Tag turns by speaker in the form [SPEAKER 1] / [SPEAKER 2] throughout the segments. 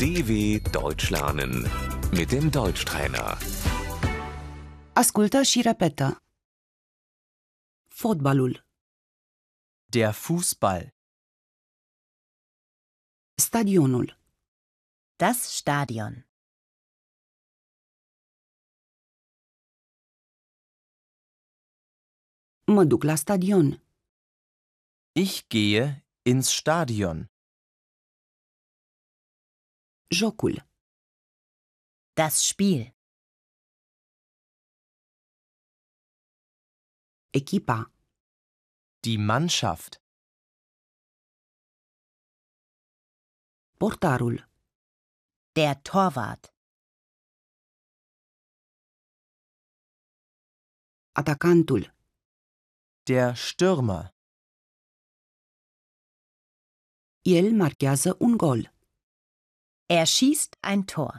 [SPEAKER 1] DW Deutsch lernen mit dem Deutschtrainer.
[SPEAKER 2] Ascultă și repetă. Fotbalul,
[SPEAKER 3] Der Fußball,
[SPEAKER 2] stadionul,
[SPEAKER 4] Das Stadion.
[SPEAKER 2] mă duc la stadion,
[SPEAKER 3] ich gehe ins Stadion,
[SPEAKER 2] jocul,
[SPEAKER 4] Das Spiel.
[SPEAKER 2] echipa,
[SPEAKER 3] die Mannschaft,
[SPEAKER 2] portarul,
[SPEAKER 4] Der Torwart.
[SPEAKER 2] atacantul,
[SPEAKER 3] der Stürmer,
[SPEAKER 2] el marchează un gol,
[SPEAKER 4] Er schießt ein Tor.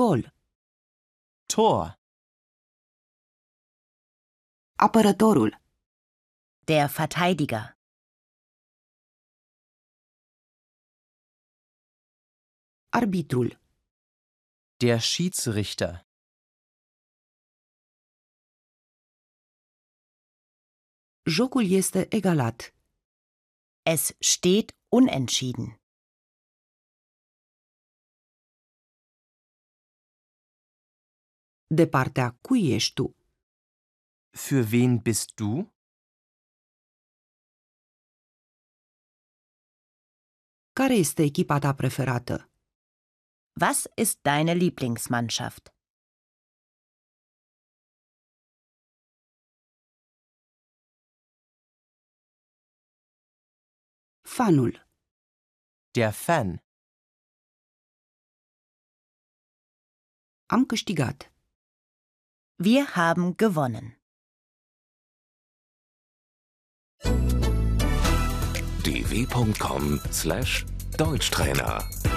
[SPEAKER 2] gol,
[SPEAKER 3] Tor,
[SPEAKER 2] apărătorul,
[SPEAKER 4] Der Verteidiger.
[SPEAKER 2] arbitrul,
[SPEAKER 3] der Schiedsrichter,
[SPEAKER 2] jocul este egalat,
[SPEAKER 4] Es steht unentschieden.
[SPEAKER 2] de partea cui ești tu,
[SPEAKER 3] für wen bist du?
[SPEAKER 2] care este echipa ta preferată,
[SPEAKER 4] Was ist deine Lieblingsmannschaft?
[SPEAKER 2] fanul,
[SPEAKER 3] Der Fan,
[SPEAKER 2] am câștigat,
[SPEAKER 4] Wir haben gewonnen.
[SPEAKER 1] dw.com/deutschtrainer